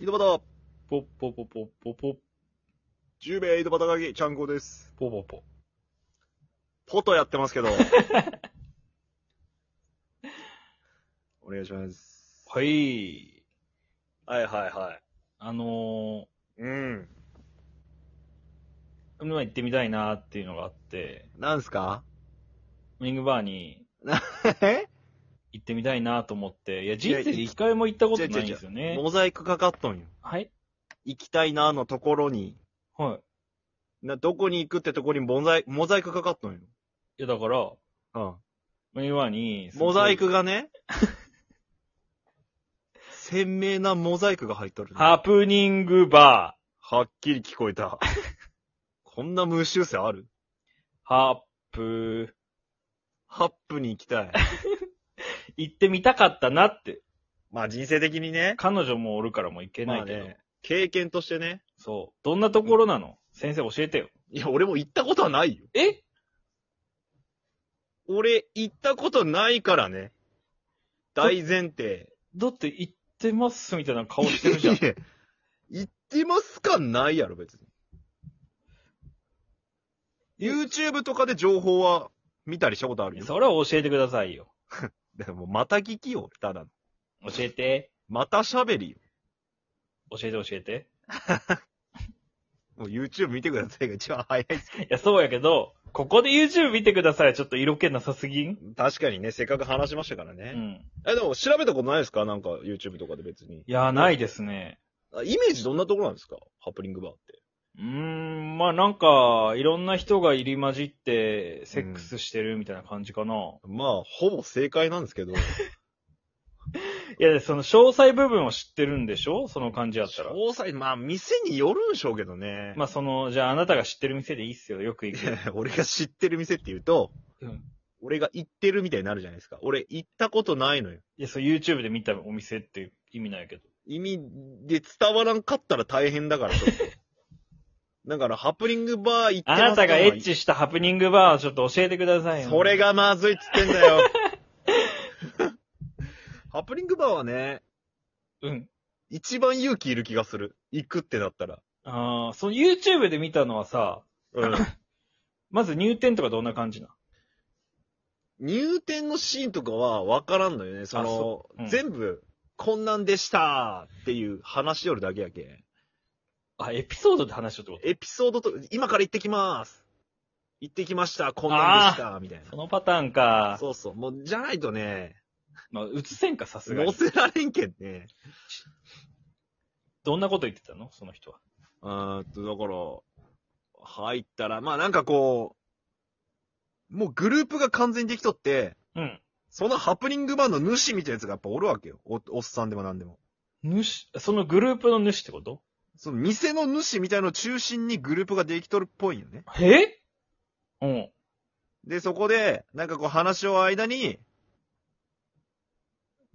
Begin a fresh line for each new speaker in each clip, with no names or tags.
井戸端、
ポッポポポポポッ
10名井戸端会議、ちゃんこです。
ポポポ。
ポトやってますけ ど。お願いします。
はい。
はいはいは
あの
い。うん。
ー、今行ってみたいなーっていうのがあって、
なんすか
ウィングバーに
え
行ってみたいなと思って、いや、人生で一回も行ったことないんですよね。
モザイクかかっとんよ。
はい
行きたいなのところに、
はい。
な、どこに行くってところにモザイモザイクかかっとんよ。
いや、だから、ウ
うん。
ィングバーに、
モザイク。がね、 鮮明なモザイクが入っとる、
ハプニングバ
はっきり聞こえた。 こんな無修正ある
ー、ハップ
ハップに行きたい。
ー、行ってみたかったなって。
まあ人生的にね。
彼女もおるからもう行けな
まあ
いけど。
ね、経験としてね。
そう。どんなところなの先生教えてよ。
いや、俺も行ったことはないよ。
え
俺、行ったことないからね。大前提。
だって行ってますみたいな顔してるじゃん。
いや行ってますかないやろ、別に。YouTube とかで情報は見たりしたこと あるよ。
それは教えてくださいよ。
でも、また聞きよ、ただの。
教えて。
また喋りよ。
教えて教えて。
もう YouTube 見てくださいが一番早いです。
いや、そうやけど、ここで YouTube 見てください。ちょっと色気なさすぎん
確かにね、せっかく話しましたから
う
ね。
ん。
え、でも調べたことないですかなんか YouTube とかで別に。
いや、ないですね。
あイメージどんなところなんですかハプニングバーって。
うーん、まあなんか、いろんな人が入り混じって、セックスしてるみたいな感じかな。
まあ、ほぼ正解なんです けど。
いや、その詳細部分を知ってるんでしょその感じやったら。
詳細、まあ、店によるんしょうけどね。
まあその、じゃああなたが知ってる店でいいっすよ。よく行く。
俺が知ってる店って言うと、
うん
俺が行ってるみたいになるじゃないですか。俺行ったことないのよ。
いや、そう YouTube で見たお店って意味ないけど。
意味で伝わらんかったら大変だから、ちょっ とだから、ハプニングバー行って
あ
ます
なたがエッチしたハプニングバーをちょっと教えてくださいよ。
それがまずいっつってんだよ。 ハプニングバーはね、
うん。
一番勇気いる気がする。行くってなったら。
ああ、その YouTube で見たのはさ、
うん。
まず入店とかどんな感じな
入店のシーンとかは分からんのよね。その、
あそうん
全部、こんなんでしたっていう話しよるだけやけん。
あ、エピソードで話しようってこ
エピソードと、今から行ってきます。行ってきました。こんなんでした。みたい
とそのパターンか。
な。そうそう。もう、じゃないとね、
まあ、映せんか、さすが
乗
に。
せられんけんね。
どんなこと言ってたのその人は。
あーっと、だから、入ったら、まあなんかこう、もうグループが完全にできとって、
うん。
そのハプニングバーの主みたいなやつがやっぱおるわけよ。お、おっさんでもなんでも。
主、そのグループの主ってこと
その店の主みたいのを中心にグループができとるっぽいんよね。
えうん。
で、そこで、なんかこう話を間に、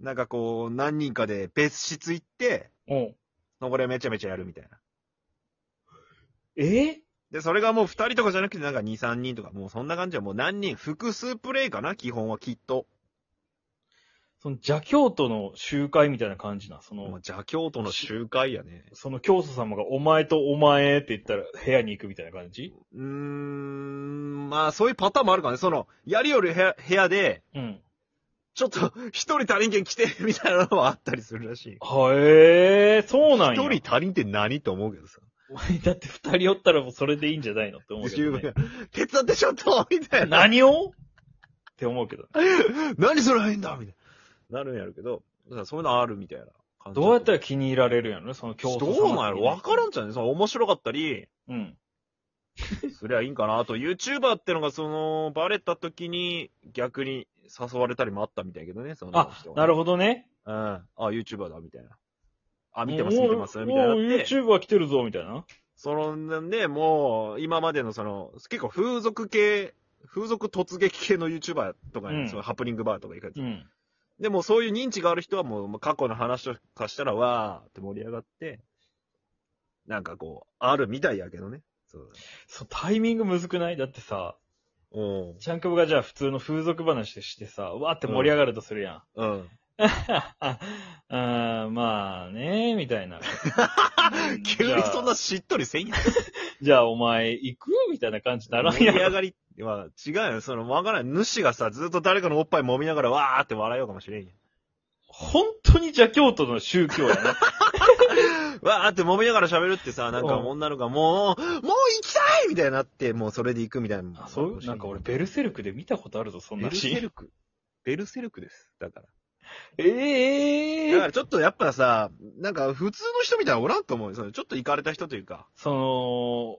なんかこう何人かで別室行って、
うん。
そこでめちゃめちゃやるみたいな。
え
で、それがもう二人とかじゃなくてなんか二、三人とか、もうそんな感じはもう何人、複数プレイかな基本はきっと。
その邪教徒の集会みたいな感じな。そ
もう
の、
邪教徒の集会やね。
その教祖様がお前とお前って言ったら部屋に行くみたいな感じ
うーん、まあそういうパターンもあるからね。その、やりよる部屋部屋で、
うん。
ちょっと一人足りんけん来て、みたいなのはあったりするらしい。
はえー、そうなんや。
一人足りんって何と思うけどさ。
だって二人おったらもうそれでいいんじゃないのって思うけ
十
ど、ね
分。や。手伝ってちょっとみたいな。
何をって思うけど。
何それ変だみたいな。なるんやるけど、だからそういうのあるみたいな感じ。
どうやった
ら
ら気に入られるんやろね、その競争
どうなんやろわからんじゃねその面白かったり、
うん。
すりゃいいんかな。あと YouTuber ってのがその、バレた時に逆に誘われたりもあったみたいやけどね、その
あ、なるほどね。
ど。うん。あ、YouTuber だ、みたいな。あ、見てます、見てます、
おー
みたいな
お
っ
ー
て。
YouTube は来てるぞ、みたいな。
その、なんで、もう、今までのその、結構風俗系、風俗突撃系の YouTuber とかね、
うん
そのハプニングバーとか行くやつ。
うん。
でもそういう認知がある人はもうまあ過去の話とかしたらわーって盛り上がって、なんかこう、あるみたいやけどね。そう。
そう、タイミングむずくないだってさ、
うん。
チャンクブがじゃあ普通の風俗話して さ、わーって盛り上がるとするやん。
うん。
あーまあね、ねみた いな。
急にそんなしっとりせんやん。
じゃあお前行くみたいな感じならん
盛り
や
上
ろ。
がりは違うよ。その、わからない。主がさ、ずっと誰かのおっぱい揉みながらわーって笑いようかもしれんやん。
本当に邪教徒の宗教やな。
わーって揉みながら喋るってさ、なんか
うん
女の子がもう、もう行きたいみたいになって、もうそれで行くみたいな。
あ そうなんか俺ベルセルクで見たことあるぞ、そん
ベ
な
ル
シ
セ
ーン。
ルク。ベルセルクです。だから。
ええ
だからちょっとやっぱさ、なんか普通の人みたいなのおらんと思うよ。そのちょっと行かれた人というか、
その、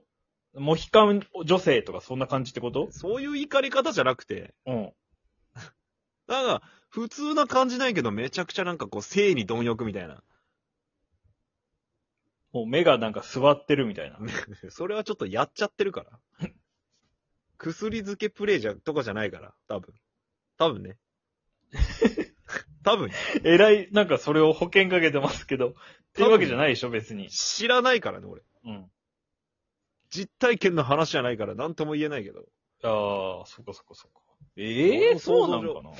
モヒカン女性とかそんな感じってこと
そういう怒り方じゃなくて、
うん。
なんか普通な感じないけどめちゃくちゃなんかこう性に貪欲みたいな。
もう目がなんか座ってるみたいな。
それはちょっとやっちゃってるから。薬漬けプレイじゃ、とかじゃないから、多分。多分 ね。多分。
えらい、なんかそれを保険かけてますけど。っていうわけじゃないでしょ、別に。
知らないからね、俺。
うん。
実体験の話じゃないから、なんとも言えないけど。
ああ、そっかそっかそっか。ええ
もう想
そうな
像上
のかな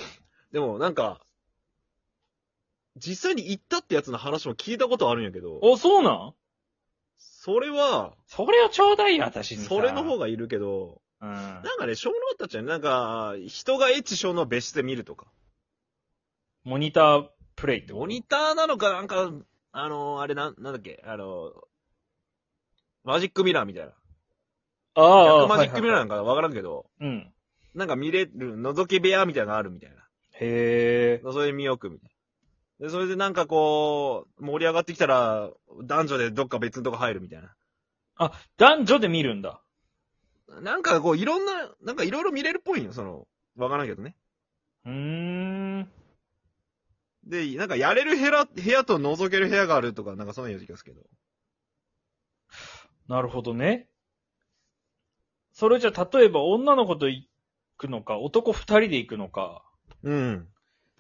でも、なんか、実際に行ったってやつの話も聞いたことあるんやけど、
お、そうなん
それは、
それをちょうだいよ、私にさ。
それの方
が。
がいるけど、
うん。
なんかね、小脳たちはね、なんか、人がエッチ小脳別室で見るとか。
モニタープレイってこと
モニターなのか、なんか、あのー、あれなん、なんだっけ、あのー、マジックミラーみたいな。
ああ
逆マジックミラー
ー。
なんかわからんけど、
うん。
なんか見れる、覗き部屋みたいなのがあるみたい
へえ。
な。それで見よくみたいな。で、それでなんかこう、盛り上がってきたら、男女でどっか別のとこ入るみたいな。
男女で見るんだ。
なんかこう、いろんな、なんかいろいろ見れるっぽいよ、その、わからんけどね。
うーん。
で、なんかやれる部屋、部屋と覗ける部屋があるとか、なんかそんなような気がするけど。
なるほどね。それじゃ、例えば女の子と行くのか、男二人で行くのか、
うん。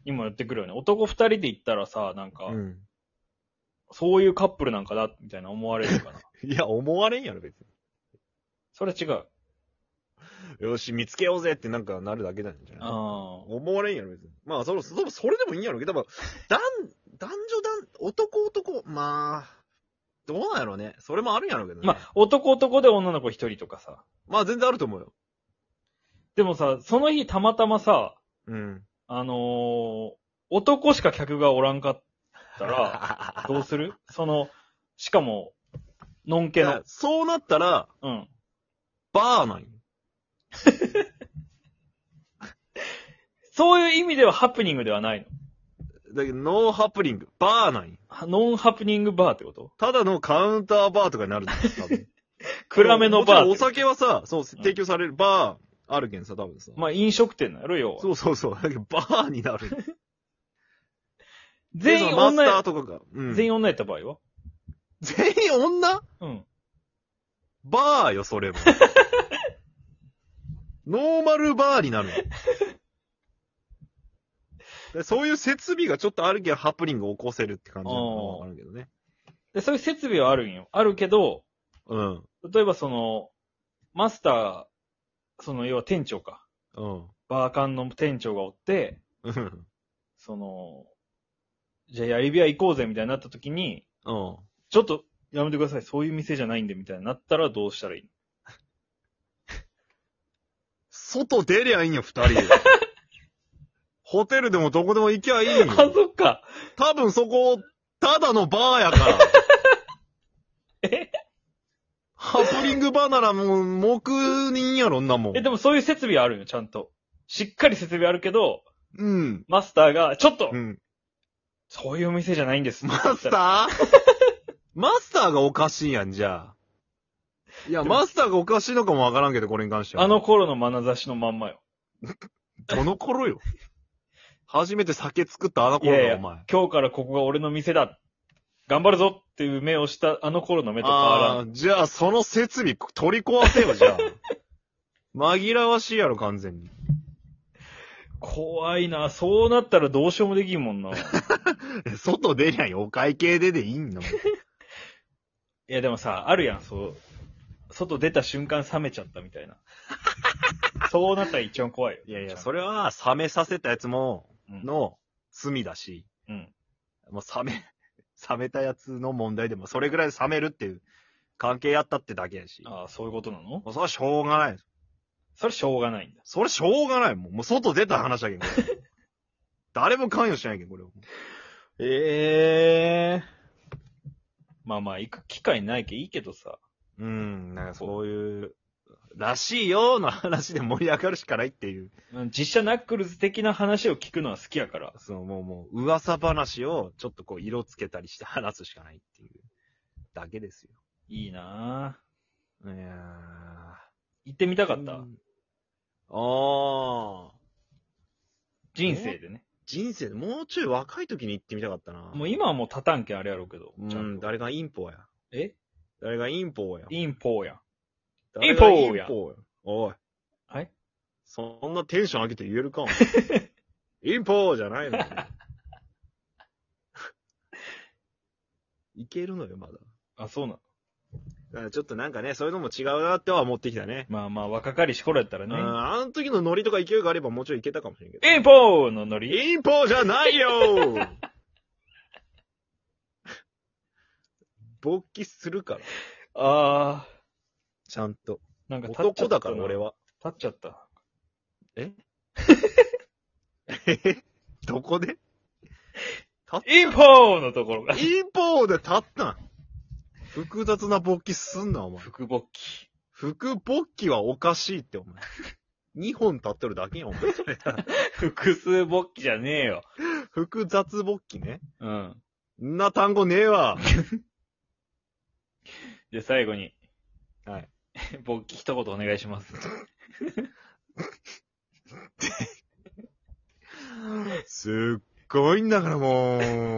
にも寄ってくるよね。男二人で行ったらさ、なんか、
うん。
そういうカップルなんかだ、みたいな思われ るかな。
いや、思われんやろ、別に。
それ違う。
よし、見つけようぜってなんかなるだけなんじゃない
ああ。
思われんやろ、別に。まあ、そろそろ、それでもいいんやろうけど、多分男、男女男、男男、まあ、どうなんやろうね。それもあるんやろうけどね。
まあ、男男で女の子一人とかさ。
まあ、全然あると思うよ。
でもさ、その日たまたまさ、
うん。
あのー男しか客がおらんかった ら、
ら
どうするその、しかも、のんけ
い
の
や、。そうなったら、
うん。
バーなんよ。
そういう意味ではハプニングではないの
だけど、ノーハプニング、バーなんよ。
は。ノンハプニングバーってこと
ただのカウンターバーとかになるんだよ、多分。
暗めのバー
も
っ
ち
て
ろんお酒はさ、そう、提供される、バーあるけんさ、多分さ。
まあ飲食店なのよ、要は。
そうそうそう。だけど、バーになる。
全
で
員
そのマ
女
スター
や、
とかが。うん
全員女やった場合は
全員女
うん。
バーよ、それ も。ノーマルバーになるの。でそういう設備がちょっとあるけど、ハプニングを起こせるって感じなのかわからんけどね。
で、そういう設備はあるんよ。あるけど、
うん。
例えばその、マスター、その要は店長か。
うん。
バーカンの店長がおって、
うん。
その、じゃあやり部屋行こうぜみたいになった時に、
うん。
ちょっとやめてください、そういう店じゃないんでみたいになったらどうしたらいいの
外出りゃいいんよ、二人 で。ホテルでもどこでも行きゃいいん
あ、
よ。
そっか。
多分そこ、ただのバーやから。
え
ハプニングバーならもう、黙認やろ、んなもん。
え、でもそういう設備あるよ、ちゃんと。しっかり設備あるけど、
うん。
マスターが、ちょっと、
うん。
そういうお店じゃないんです。
マス
ー
ター マスターがおかしいやん、じゃあ。いや、
でも
マスターがおかしいのかもわからんけど、これに関しては。
あの、頃の眼差しのまんまよ。
どの頃よ。初めて酒作ったあの
い
頃
やい
だ、
や
お前。、
今日からここが俺の店だ。頑張るぞっていう目をしたあの頃の目と変わら
あ
ん。
ーじゃあ、その設備取り壊せよ、じ ゃあ。紛らわしいやろ、完全に。
怖いな。そうなったらどうしようもできん もんな。い
外出りゃよ、お会計ででいいんの。
や、でもさ、あるやん、そう。外出た瞬間冷めちゃったみた いな。そうなったら一番怖いよ。
いやいや、
れ。
それは、冷めさせたやつも、
うん
の罪だし、
うん。
もう冷め、 冷めたやつの問題でも、それぐらいで冷めるっていう関係やったってだけやし。も
ああ、そういうことなの
うそれはしょうがない。
それしょうがないんだ。
それしょうがないもん。もう外出た話だけど。こ れ誰も関与しないけん、これ。
ええまあまあ、行く機会ないけいいけどさ。
うん、なんかそういう、らしいよーの話で盛り上がるしかないっていう。
うん実写ナックルズ的な話を聞くのは好きやから。
そのもうもう、噂話をちょっとこう、色つけたりして話すしかないっていうだけですよ。
いいなぁ。
いやー。
行ってみたかった。
うんあー。
人生でね。
人生でもうちょい若い時に行ってみたかったな。
もう今はもう立たんけんあれやろうけど。
う
ちゃ
ん、
んと
誰がインポや。
え
誰がインポや。
インポーやん。
誰が
インポや
インポや。おい。
はい
そんなテンション上げて言えるか お前インポじゃないのよ。いけるのよ、まだ。
あ、そうなの。
だからちょっとなんかね、そういうのも違うなっては思ってきたね。
まあまあ、若かりし頃やったら
うん、
ね。
あの時のノリとか勢いがあればもうちょいいけたかもしれんけど。
インポーのノリ。
インポじゃないよ勃起するから。
あー。
ちゃんと。
なんか立っちゃ
男
った
だ
な
から俺。は。
立っちゃった。
え どこで
インポーのとこ ろが。
インポーで立ったん複雑な勃起すんな、お前。
福勃起。
福勃起はおかしいって、お前。二本立っとるだけやん、お前。
複数勃起じゃねえよ。
複雑勃起ね。
うん。
んな単語ねえわ。
じゃあ最後に、
はい。
勃起一言お願いします。
すっごいんだからもう。